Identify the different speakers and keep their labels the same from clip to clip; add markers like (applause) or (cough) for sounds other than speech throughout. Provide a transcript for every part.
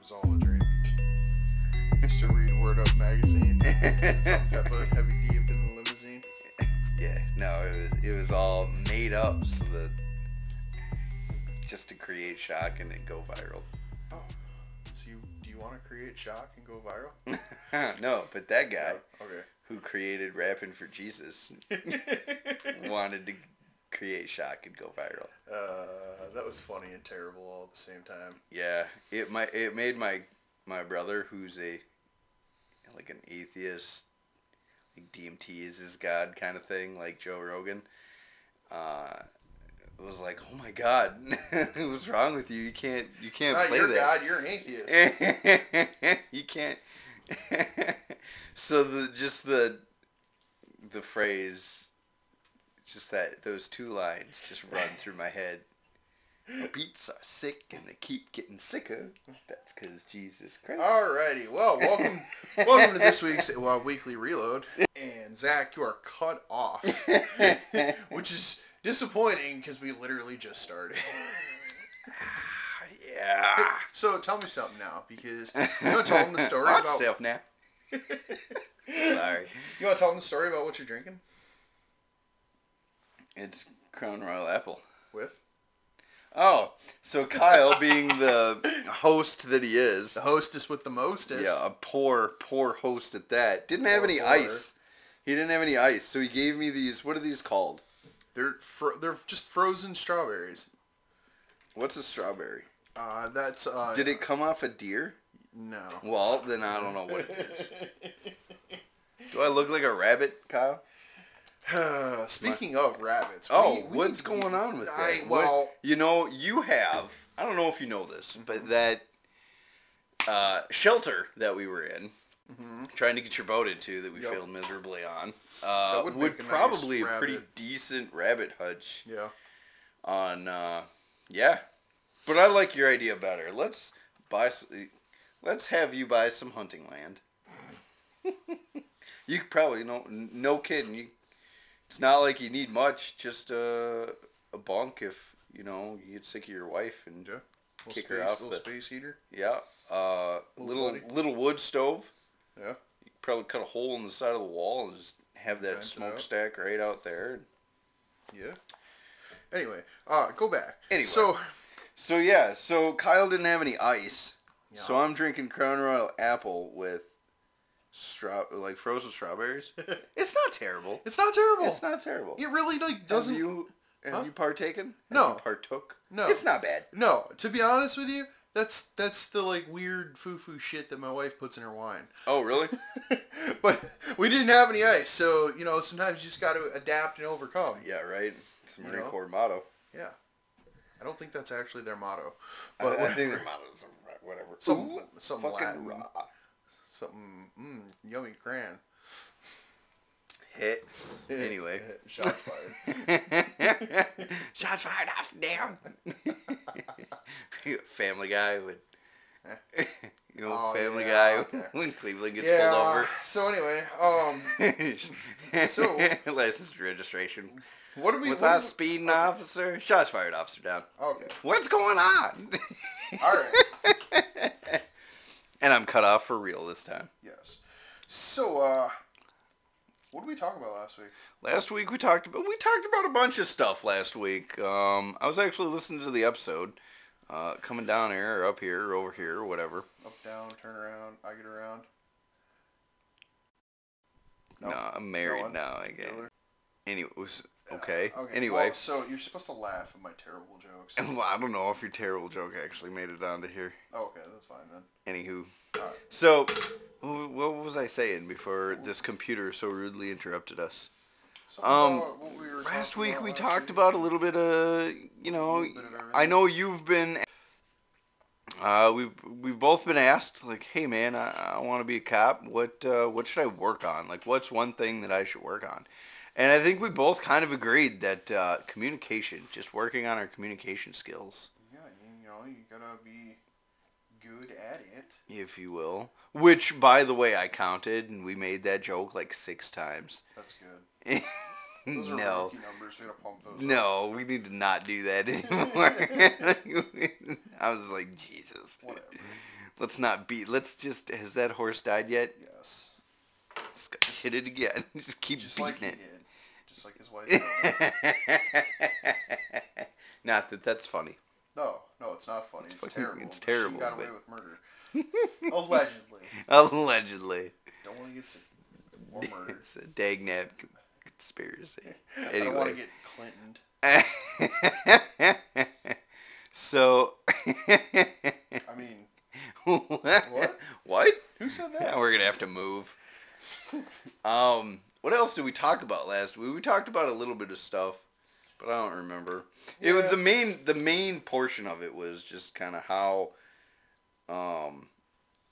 Speaker 1: was all a dream. Used to read Word Up magazine. (laughs) Saw Peppa Heavy D up in the limousine.
Speaker 2: Yeah, no, it was it was all made up so that just to create shock and it go
Speaker 1: Oh, so you do you want to create shock and go viral?
Speaker 2: viral. (laughs) no, but that guy
Speaker 1: Okay.
Speaker 2: who created rapping for Jesus wanted to create shock and go viral.
Speaker 1: (laughs) uh, that was funny and terrible all at the same time.
Speaker 2: Yeah, it my it made my my brother who's a like an atheist, like DMT is his god kind of thing, like Joe Rogan. Uh, was like, oh my god, (laughs) what's wrong with you? You can't you can't
Speaker 1: Not
Speaker 2: play
Speaker 1: your
Speaker 2: that.
Speaker 1: god, Ah, you're an atheist.
Speaker 2: (laughs) you can't. (laughs) so the just the the phrase, just that those two lines just
Speaker 1: (laughs)
Speaker 2: run through my head. The beats are sick and they keep getting sicker. That's because Jesus Christ.
Speaker 1: Oh, Alrighty, well,
Speaker 2: (laughs)
Speaker 1: welcome, welcome to this week's well, weekly reload. And Zach, you are cut
Speaker 2: (laughs)
Speaker 1: off, which is disappointing because we literally just started. (laughs)
Speaker 2: yeah.
Speaker 1: So tell me something now, because (laughs) you want to tell them the story
Speaker 2: (laughs) Watch
Speaker 1: about (laughs)
Speaker 2: yourself now. Sorry,
Speaker 1: you want to tell them the story about what you're drinking
Speaker 2: it's Crown Royal Apple.
Speaker 1: with
Speaker 2: Oh, so Kyle,
Speaker 1: (laughs)
Speaker 2: being the host that he is,
Speaker 1: the hostess with the mostest.
Speaker 2: Yeah, a poor, poor host at that. Didn't have
Speaker 1: Poor,
Speaker 2: any
Speaker 1: poor.
Speaker 2: ice. He didn't have any ice, so he gave me these. What are these called?
Speaker 1: They're fro- they're just frozen strawberries.
Speaker 2: What's a strawberry?
Speaker 1: Uh, that's uh,
Speaker 2: Did it come off a deer?
Speaker 1: no.
Speaker 2: (laughs)
Speaker 1: (sighs)
Speaker 2: Well, then I don't know what it
Speaker 1: (laughs)
Speaker 2: is. Do I look like a rabbit, Kyle?
Speaker 1: Speaking of rabbits,
Speaker 2: Oh,
Speaker 1: we- we-
Speaker 2: what's going on with that?
Speaker 1: I
Speaker 2: What-
Speaker 1: well,
Speaker 2: you know, you have. I don't know if you know this, but that uh, shelter that we were in, trying to get your boat into that we
Speaker 1: Mm-hmm. Yep.
Speaker 2: failed miserably on, uh,
Speaker 1: That would
Speaker 2: would,
Speaker 1: make a nice
Speaker 2: probably a pretty
Speaker 1: rabbit.
Speaker 2: decent rabbit hutch.
Speaker 1: yeah.
Speaker 2: on uh yeah but i like your idea better let's buy s- let's have you buy some hunting land (laughs) you could probably no no kidding you it's not like you need much just uh, a bunk if you know you get sick of your wife and
Speaker 1: Yeah. Little
Speaker 2: Kick
Speaker 1: space,
Speaker 2: her off
Speaker 1: little
Speaker 2: the-
Speaker 1: space heater.
Speaker 2: yeah uh
Speaker 1: Little
Speaker 2: little
Speaker 1: buddy.
Speaker 2: little wood stove
Speaker 1: Yeah.
Speaker 2: you could probably cut a hole in the side of the wall and just have that
Speaker 1: Vent it out.
Speaker 2: smokestack right out there
Speaker 1: Yeah. Anyway, uh, go back.
Speaker 2: Anyway.
Speaker 1: so
Speaker 2: So yeah, so Kyle didn't have any ice, so
Speaker 1: Yeah.
Speaker 2: I'm drinking Crown Royal Apple with straw like
Speaker 1: (laughs)
Speaker 2: frozen strawberries. it's not terrible.
Speaker 1: it's not terrible.
Speaker 2: It's not terrible.
Speaker 1: it really like doesn't.
Speaker 2: have you have
Speaker 1: Huh?
Speaker 2: you partaken? Have
Speaker 1: No.
Speaker 2: you partook.
Speaker 1: No.
Speaker 2: it's not bad.
Speaker 1: No, to be honest with you, that's that's the like weird foo foo shit that my wife puts in her wine.
Speaker 2: Oh really?
Speaker 1: (laughs) but we didn't have any ice, so you know sometimes you just got to adapt and overcome.
Speaker 2: (laughs) yeah, right. It's a
Speaker 1: You
Speaker 2: Marine
Speaker 1: know?
Speaker 2: Corps motto.
Speaker 1: Yeah. I don't think that's actually their motto,
Speaker 2: But
Speaker 1: but
Speaker 2: I, think
Speaker 1: whatever.
Speaker 2: their motto is whatever.
Speaker 1: (laughs) Some-
Speaker 2: Ooh,
Speaker 1: some
Speaker 2: fucking
Speaker 1: Latin.
Speaker 2: raw.
Speaker 1: something mm, yummy cran. (laughs)
Speaker 2: Hit. Anyway.
Speaker 1: shots (laughs) fired.
Speaker 2: (laughs) Shots fired, ups down. (laughs) Family Guy would. (laughs) You know,
Speaker 1: Oh,
Speaker 2: Family
Speaker 1: yeah,
Speaker 2: Guy
Speaker 1: okay.
Speaker 2: (laughs) when Cleveland gets
Speaker 1: yeah. So anyway, um,
Speaker 2: pulled over.
Speaker 1: So-
Speaker 2: (laughs) license registration
Speaker 1: what do we?
Speaker 2: with
Speaker 1: what
Speaker 2: our
Speaker 1: do
Speaker 2: speeding officer. Shots fired, officer down.
Speaker 1: we- okay.
Speaker 2: What's going on? (laughs)
Speaker 1: All right. (laughs)
Speaker 2: and I'm cut off for real this time.
Speaker 1: yes. So uh, what did we talk about last week?
Speaker 2: Last week we talked about we talked about a bunch of stuff last week. Um, I was actually listening to the episode, uh, coming down here or up here or over here or whatever.
Speaker 1: Up, down, turn around. I get around.
Speaker 2: No,
Speaker 1: No.
Speaker 2: I'm married
Speaker 1: one.
Speaker 2: now. I guess.
Speaker 1: Taylor.
Speaker 2: Anyway, was, okay.
Speaker 1: Okay.
Speaker 2: Anyway,
Speaker 1: well, so you're supposed to laugh at my terrible jokes.
Speaker 2: (laughs) well, I don't know if your terrible joke actually made it onto here.
Speaker 1: oh, okay, that's fine then.
Speaker 2: Anywho,
Speaker 1: All right.
Speaker 2: so wh- what was I saying before this computer so rudely interrupted us?
Speaker 1: Something
Speaker 2: Um,
Speaker 1: about what we were
Speaker 2: Last
Speaker 1: talking
Speaker 2: week
Speaker 1: about
Speaker 2: we
Speaker 1: last
Speaker 2: talked
Speaker 1: week.
Speaker 2: about a little bit of you know
Speaker 1: Little bit of everything.
Speaker 2: I know you've been uh, we've we've both been asked like hey man I, I want to be a cop what uh, what should I work on like what's one thing that I should work on and I think we both kind of agreed that uh, communication just working on our communication skills
Speaker 1: Yeah, you, you know, you gotta be good at it.
Speaker 2: if you will which by the way I counted and we made that joke like six times
Speaker 1: That's good. Those are
Speaker 2: no
Speaker 1: rookie numbers. We gotta pump those. up.
Speaker 2: No, we need to not do that anymore. (laughs) I was like, Jesus.
Speaker 1: Whatever.
Speaker 2: Let's not beat. Let's just. Has that horse died yet?
Speaker 1: Yes.
Speaker 2: Just go- hit it again. (laughs) Just keep
Speaker 1: Just
Speaker 2: beating
Speaker 1: like he
Speaker 2: it.
Speaker 1: did. Just like his
Speaker 2: (laughs)
Speaker 1: wife. did.
Speaker 2: Not that that's funny.
Speaker 1: no, no, it's not funny. It's,
Speaker 2: fucking-
Speaker 1: terrible.
Speaker 2: it's
Speaker 1: She
Speaker 2: terrible,
Speaker 1: got away
Speaker 2: but-
Speaker 1: with murder. Allegedly.
Speaker 2: Allegedly.
Speaker 1: Don't want to get sick or murdered.
Speaker 2: (laughs) It's a dag nab co- conspiracy.
Speaker 1: (laughs)
Speaker 2: (laughs)
Speaker 1: I don't want to get
Speaker 2: Anyway.
Speaker 1: Clintoned.
Speaker 2: so. (laughs)
Speaker 1: I mean,
Speaker 2: what? What?
Speaker 1: who said
Speaker 2: (laughs) Yeah,
Speaker 1: that?
Speaker 2: we're gonna have to move. Um, what else did we talk about last week? We talked about a little bit of stuff, but I don't remember. It was
Speaker 1: Yeah.
Speaker 2: the main the main portion of it was just kind of how, um,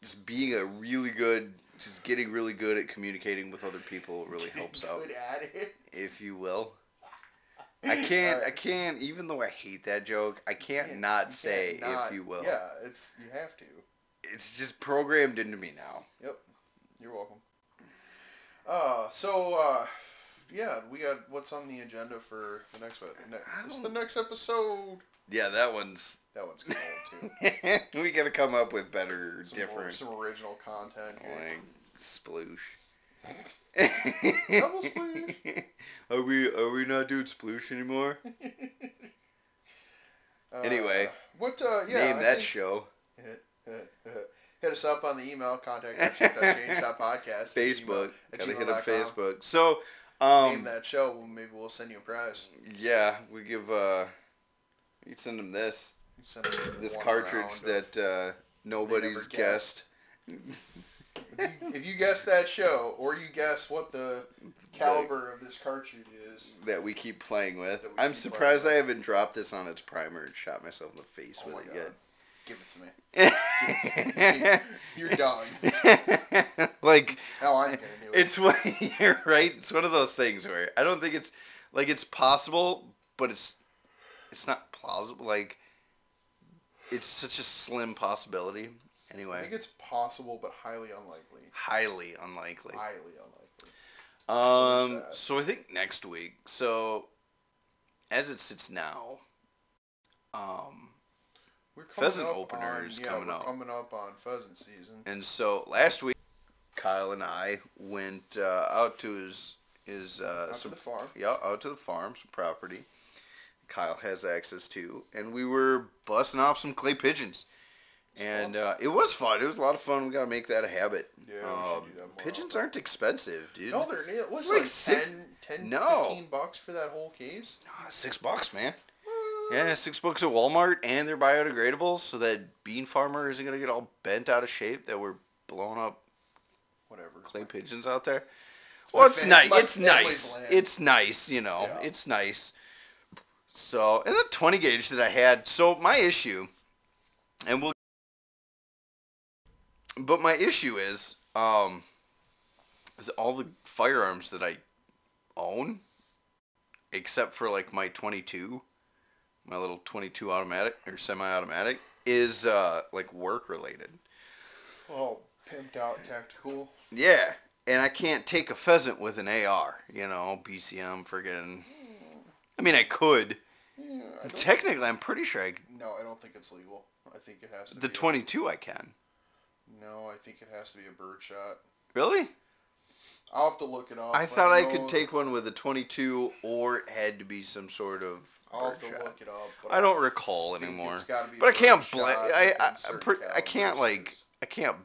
Speaker 2: just being a really good, just getting really good at communicating with other people really helps out,
Speaker 1: Good at it.
Speaker 2: if you will. I can't, I
Speaker 1: Alright.
Speaker 2: can't, even though I hate that joke, I can't
Speaker 1: You
Speaker 2: not
Speaker 1: can't
Speaker 2: say
Speaker 1: not-
Speaker 2: if you will.
Speaker 1: Yeah, it's you have to.
Speaker 2: It's just programmed into me now.
Speaker 1: Yep. You're welcome. Uh, so uh, yeah, we got what's on the agenda for the next one. Ne-
Speaker 2: I
Speaker 1: it's the
Speaker 2: don't-
Speaker 1: next episode.
Speaker 2: Yeah, that one's
Speaker 1: That one's good
Speaker 2: (laughs)
Speaker 1: too.
Speaker 2: we gotta come up with better,
Speaker 1: Some or-
Speaker 2: different,
Speaker 1: some original content. here.
Speaker 2: like sploosh.
Speaker 1: (laughs) Double sploosh.
Speaker 2: (laughs) Are we are we not doing sploosh anymore?
Speaker 1: Uh,
Speaker 2: Anyway.
Speaker 1: what? Uh, yeah.
Speaker 2: Name
Speaker 1: I
Speaker 2: that
Speaker 1: think-
Speaker 2: show.
Speaker 1: (laughs) Hit us up on the email contact at shift.change.podcast.
Speaker 2: (laughs) Facebook.
Speaker 1: At
Speaker 2: Gotta
Speaker 1: gmail,
Speaker 2: hit up
Speaker 1: Facebook.
Speaker 2: Facebook. So,
Speaker 1: Name
Speaker 2: um,
Speaker 1: that show. well, Maybe we'll send you a prize.
Speaker 2: yeah, we give uh, you can send them this
Speaker 1: You send them
Speaker 2: this
Speaker 1: one
Speaker 2: cartridge
Speaker 1: round of-
Speaker 2: that uh, nobody's
Speaker 1: They never
Speaker 2: guessed.
Speaker 1: (laughs) if you guess that show, or you guess what the
Speaker 2: (laughs)
Speaker 1: caliber of this cartridge is,
Speaker 2: (laughs) That we keep playing with.
Speaker 1: That we
Speaker 2: I'm
Speaker 1: keep
Speaker 2: surprised
Speaker 1: playing
Speaker 2: I haven't dropped this on its primer and shot myself in the face
Speaker 1: Oh
Speaker 2: with
Speaker 1: my
Speaker 2: it
Speaker 1: God.
Speaker 2: yet.
Speaker 1: (laughs) give it to me. Give
Speaker 2: (laughs)
Speaker 1: it to me. You're done.
Speaker 2: like
Speaker 1: Now I'm gonna do it.
Speaker 2: it's one (laughs) you're right. It's one of those things where I don't think it's like it's possible, but it's it's not plausible. Like it's such a slim possibility.
Speaker 1: I
Speaker 2: Anyway,
Speaker 1: think it's possible, but highly unlikely.
Speaker 2: highly unlikely.
Speaker 1: Highly unlikely. so
Speaker 2: Um,
Speaker 1: there's that.
Speaker 2: so I think next week. So as it sits now, um,
Speaker 1: We're coming
Speaker 2: Pheasant
Speaker 1: up
Speaker 2: opener
Speaker 1: on,
Speaker 2: is
Speaker 1: yeah,
Speaker 2: coming
Speaker 1: we're
Speaker 2: up.
Speaker 1: Coming up on pheasant season.
Speaker 2: And so last week, Kyle and I went uh, out to his his uh,
Speaker 1: Out to
Speaker 2: some-
Speaker 1: the farm.
Speaker 2: yeah out to the farm, some property. Kyle has access to, and we were busting off some clay pigeons, and uh, it was fun. It was a lot of fun. We gotta make that a habit.
Speaker 1: Yeah, we should
Speaker 2: Um,
Speaker 1: do that more
Speaker 2: pigeons
Speaker 1: often.
Speaker 2: aren't expensive, dude.
Speaker 1: No, they're it was
Speaker 2: It's
Speaker 1: like,
Speaker 2: like six-
Speaker 1: 10, 10
Speaker 2: No.
Speaker 1: 15 bucks for that whole case.
Speaker 2: Ah, six bucks, man. Yeah, six bucks at Walmart, and they're biodegradable, so that bean farmer isn't gonna get all bent out of shape that we're blowing up
Speaker 1: Whatever.
Speaker 2: clay pigeons out there.
Speaker 1: my
Speaker 2: well, it's
Speaker 1: fa- it's
Speaker 2: nice.
Speaker 1: my
Speaker 2: It's nice.
Speaker 1: family's land.
Speaker 2: It's nice. You know,
Speaker 1: Yeah.
Speaker 2: it's nice. So, and the twenty gauge that I had. So my issue, and we'll. But my issue is, um, is all the firearms that I own, except for like my twenty-two, my little twenty-two automatic or semi-automatic, is uh like work related.
Speaker 1: Oh, pimped out tactical.
Speaker 2: Yeah, and I can't take a pheasant with an AR, you know, BCM friggin'. I mean, I could.
Speaker 1: Yeah, I don't,
Speaker 2: Technically, I'm pretty sure I,
Speaker 1: no, I don't think it's legal. I think it has to
Speaker 2: the
Speaker 1: be a-
Speaker 2: 22 I can.
Speaker 1: No, I think it has to be a bird shot.
Speaker 2: Really?
Speaker 1: I'll have to look it up.
Speaker 2: I thought I could
Speaker 1: know-
Speaker 2: take one with a 22 or it had to be some sort of
Speaker 1: I'll have to
Speaker 2: birdshot.
Speaker 1: look it up. But
Speaker 2: I don't recall
Speaker 1: think
Speaker 2: anymore.
Speaker 1: it's gotta be
Speaker 2: But I can't
Speaker 1: birdshot
Speaker 2: bla- I I,
Speaker 1: within
Speaker 2: I'm
Speaker 1: certain
Speaker 2: per- I can't
Speaker 1: calibers.
Speaker 2: like I can't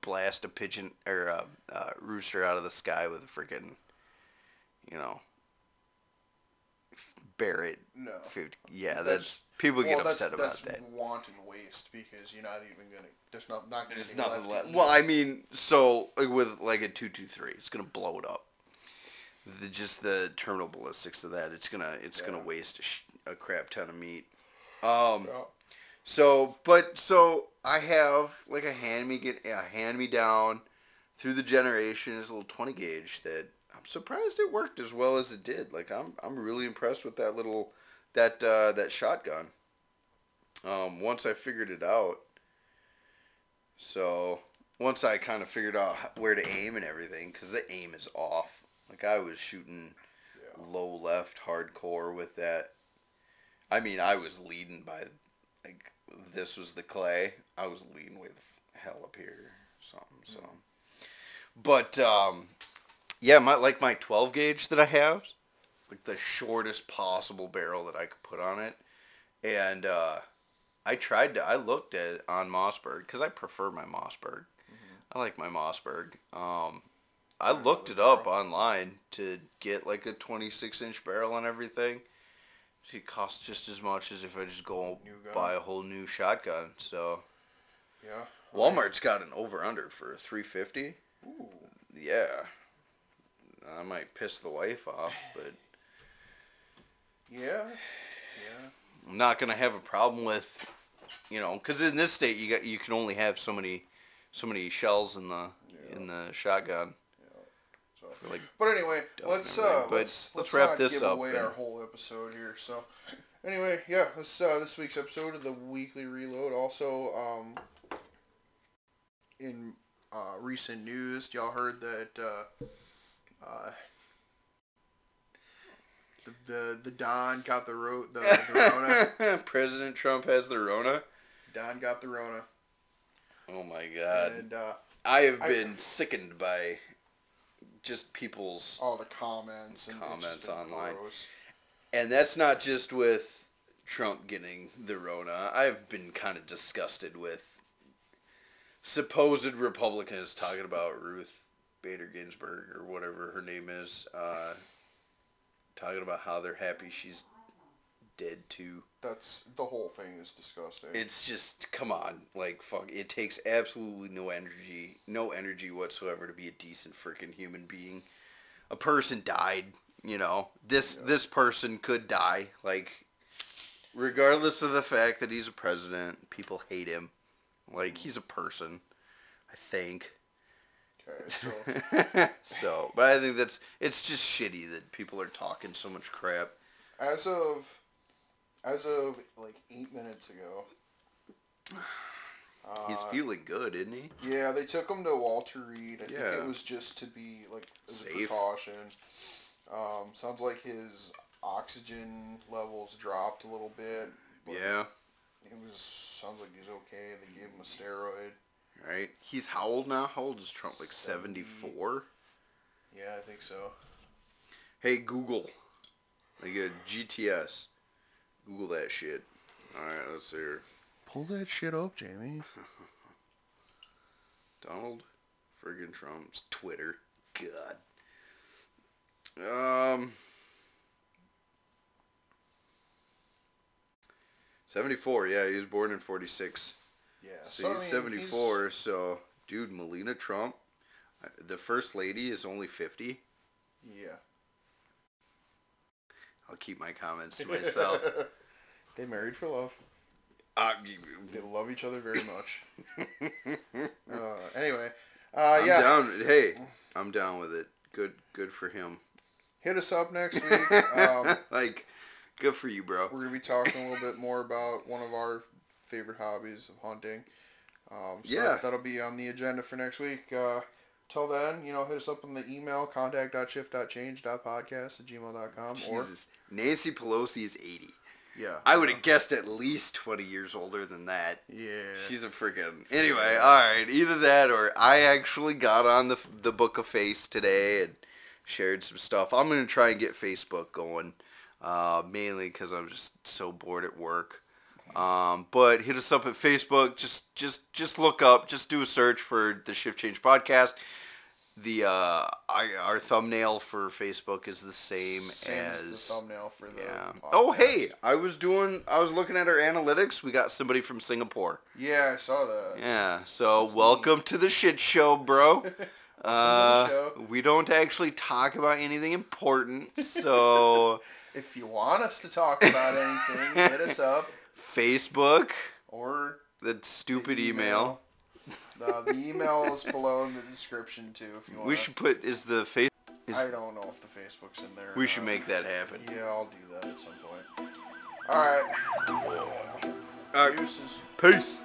Speaker 2: blast a pigeon or a, uh rooster out of the sky with a freaking you know f- Barrett
Speaker 1: No.
Speaker 2: 50. Yeah,
Speaker 1: That's-
Speaker 2: that's, people
Speaker 1: well,
Speaker 2: get
Speaker 1: that's,
Speaker 2: upset
Speaker 1: that's
Speaker 2: about that.
Speaker 1: wanton waste because you're not even gonna. There's not not gonna
Speaker 2: There's
Speaker 1: be
Speaker 2: nothing
Speaker 1: left.
Speaker 2: left.
Speaker 1: in
Speaker 2: Well,
Speaker 1: it.
Speaker 2: I mean, so like with like a two two three, it's gonna blow it up. The, just the terminal ballistics of that, it's gonna it's
Speaker 1: Yeah.
Speaker 2: gonna waste a, sh- a crap ton of meat. Um,
Speaker 1: No.
Speaker 2: so, but so I have like a hand me get a hand me down through the generations little twenty gauge that I'm surprised it worked as well as it did. Like I'm I'm really impressed with that little that uh, that shotgun. Um, once I figured it out, so once I kind of figured out h- where to aim and everything, because the aim is off. Like I was shooting
Speaker 1: Yeah.
Speaker 2: low left hardcore with that. I mean, I was leading by like this was the clay. I was leading way the f- hell up here or something. So, but um, yeah, my like my 12 gauge that I have, it's like the shortest possible barrel that I could put on it, and uh, I tried to. I looked at on Mossberg because I prefer my Mossberg. I like my Mossberg. Um, I
Speaker 1: Yeah, I
Speaker 2: looked
Speaker 1: like
Speaker 2: it up
Speaker 1: Mossberg.
Speaker 2: online to get like a 26 inch barrel and everything. It costs just as much as if I just go
Speaker 1: New gun.
Speaker 2: buy a whole new shotgun. So
Speaker 1: Yeah.
Speaker 2: Walmart's got an over under for 350.
Speaker 1: Ooh.
Speaker 2: Yeah, I might piss the wife off, but
Speaker 1: Yeah.
Speaker 2: I'm not gonna have a problem with, you know, because in this state you got you can only have so many, so many shells in the
Speaker 1: Yeah.
Speaker 2: in the shotgun.
Speaker 1: So.
Speaker 2: For like,
Speaker 1: But anyway,
Speaker 2: Don't
Speaker 1: let's
Speaker 2: remember.
Speaker 1: uh,
Speaker 2: But
Speaker 1: let's let's wrap not this give up. Away our whole episode here. So, anyway, yeah, this uh, this week's episode of the weekly reload. Also, um, in uh, recent news, y'all heard that uh, uh, the, the the Don got the ro- the, the
Speaker 2: (laughs)
Speaker 1: Rona.
Speaker 2: President Trump has the Rona.
Speaker 1: Don got the Rona,
Speaker 2: Oh my God!
Speaker 1: and uh,
Speaker 2: I have
Speaker 1: I-
Speaker 2: been sickened by just people's
Speaker 1: all the comments and it's just
Speaker 2: Comments
Speaker 1: been
Speaker 2: online.
Speaker 1: gross.
Speaker 2: And that's not just with Trump getting the Rona. I've been kind of disgusted with supposed Republicans talking about Ruth Bader Ginsburg or whatever her name is, uh, talking about how they're happy she's dead too.
Speaker 1: That's the whole thing is disgusting.
Speaker 2: It's just come on, like fuck. It takes absolutely no energy, no energy whatsoever to be a decent freaking human being. A person died, you know. This
Speaker 1: Yeah.
Speaker 2: this person could die, like regardless of the fact that he's a president, people hate him. Like he's a person, I think. (laughs)
Speaker 1: okay, so
Speaker 2: so, but I think that's it's just shitty that people are talking so much crap.
Speaker 1: As of, as of like eight minutes ago. Uh,
Speaker 2: (sighs) He's feeling good, isn't he?
Speaker 1: yeah, they took him to Walter Reed. I
Speaker 2: Yeah.
Speaker 1: think it was just to be like as a
Speaker 2: Safe.
Speaker 1: precaution. Um, sounds like his oxygen levels dropped a little bit. but
Speaker 2: Yeah,
Speaker 1: It was sounds like he's okay. They gave him a steroid.
Speaker 2: right. He's how old now? How old is Trump? Like seventy
Speaker 1: Seventy-
Speaker 2: four.
Speaker 1: Yeah, I think so.
Speaker 2: Hey Google, like uh, a GTS. Google that shit. All right, let's see here.
Speaker 1: Pull that shit up, Jamie.
Speaker 2: Donald friggin' Trump's Twitter. God. Um. Seventy-four. Yeah, he was born in forty-six.
Speaker 1: Yeah.
Speaker 2: So
Speaker 1: I
Speaker 2: he's
Speaker 1: mean,
Speaker 2: seventy-four. So, dude, Melina Trump, uh, the first lady, is only fifty.
Speaker 1: yeah.
Speaker 2: I'll keep my
Speaker 1: (laughs)
Speaker 2: comments to myself.
Speaker 1: they married for love.
Speaker 2: uh,
Speaker 1: They love each other very
Speaker 2: (laughs)
Speaker 1: much. Uh, anyway, uh,
Speaker 2: I'm
Speaker 1: yeah,
Speaker 2: down. Hey, I'm down with it. Good, good for him.
Speaker 1: hit us up next
Speaker 2: (laughs)
Speaker 1: week. um,
Speaker 2: like, good for you, bro.
Speaker 1: we're gonna be talking a little bit more about one of our favorite hobbies of hunting. Um, so
Speaker 2: Yeah.
Speaker 1: that, will be on the agenda for next week. Uh, till then, you know, hit us up on the email contact.shift.change.podcast at gmail.com or Uh,
Speaker 2: Jesus, Nancy Pelosi is eighty.
Speaker 1: yeah,
Speaker 2: I would have guessed at least twenty years older than that.
Speaker 1: yeah.
Speaker 2: She's a freaking. Anyway, all right. Either that, or I actually got on the the book of face today and shared some stuff. I'm gonna try and get Facebook going, uh, mainly because I'm just so bored at work. Um, but hit us up at Facebook. Just just just look up. Just do a search for the Shift Change Podcast. The uh, I, our thumbnail for Facebook is the same,
Speaker 1: Same
Speaker 2: as,
Speaker 1: as the thumbnail for the
Speaker 2: yeah.
Speaker 1: podcast.
Speaker 2: Oh hey, I was doing. I was looking at our analytics. We got somebody from Singapore.
Speaker 1: yeah, I saw that.
Speaker 2: Yeah, so welcome to the shit show, (laughs) bro. Uh,
Speaker 1: show.
Speaker 2: we don't actually talk about anything important, (laughs) so
Speaker 1: If you want us to talk about anything,
Speaker 2: (laughs)
Speaker 1: hit us up
Speaker 2: Facebook,
Speaker 1: or
Speaker 2: that
Speaker 1: the
Speaker 2: stupid email.
Speaker 1: Uh, the email is below in the description too. If you want,
Speaker 2: We should put is the face. Is,
Speaker 1: I don't know if the Facebook's in there. or
Speaker 2: we should
Speaker 1: not.
Speaker 2: make that happen.
Speaker 1: Yeah, I'll do that at some point. All right.
Speaker 2: Uh,
Speaker 1: Deuces.
Speaker 2: peace.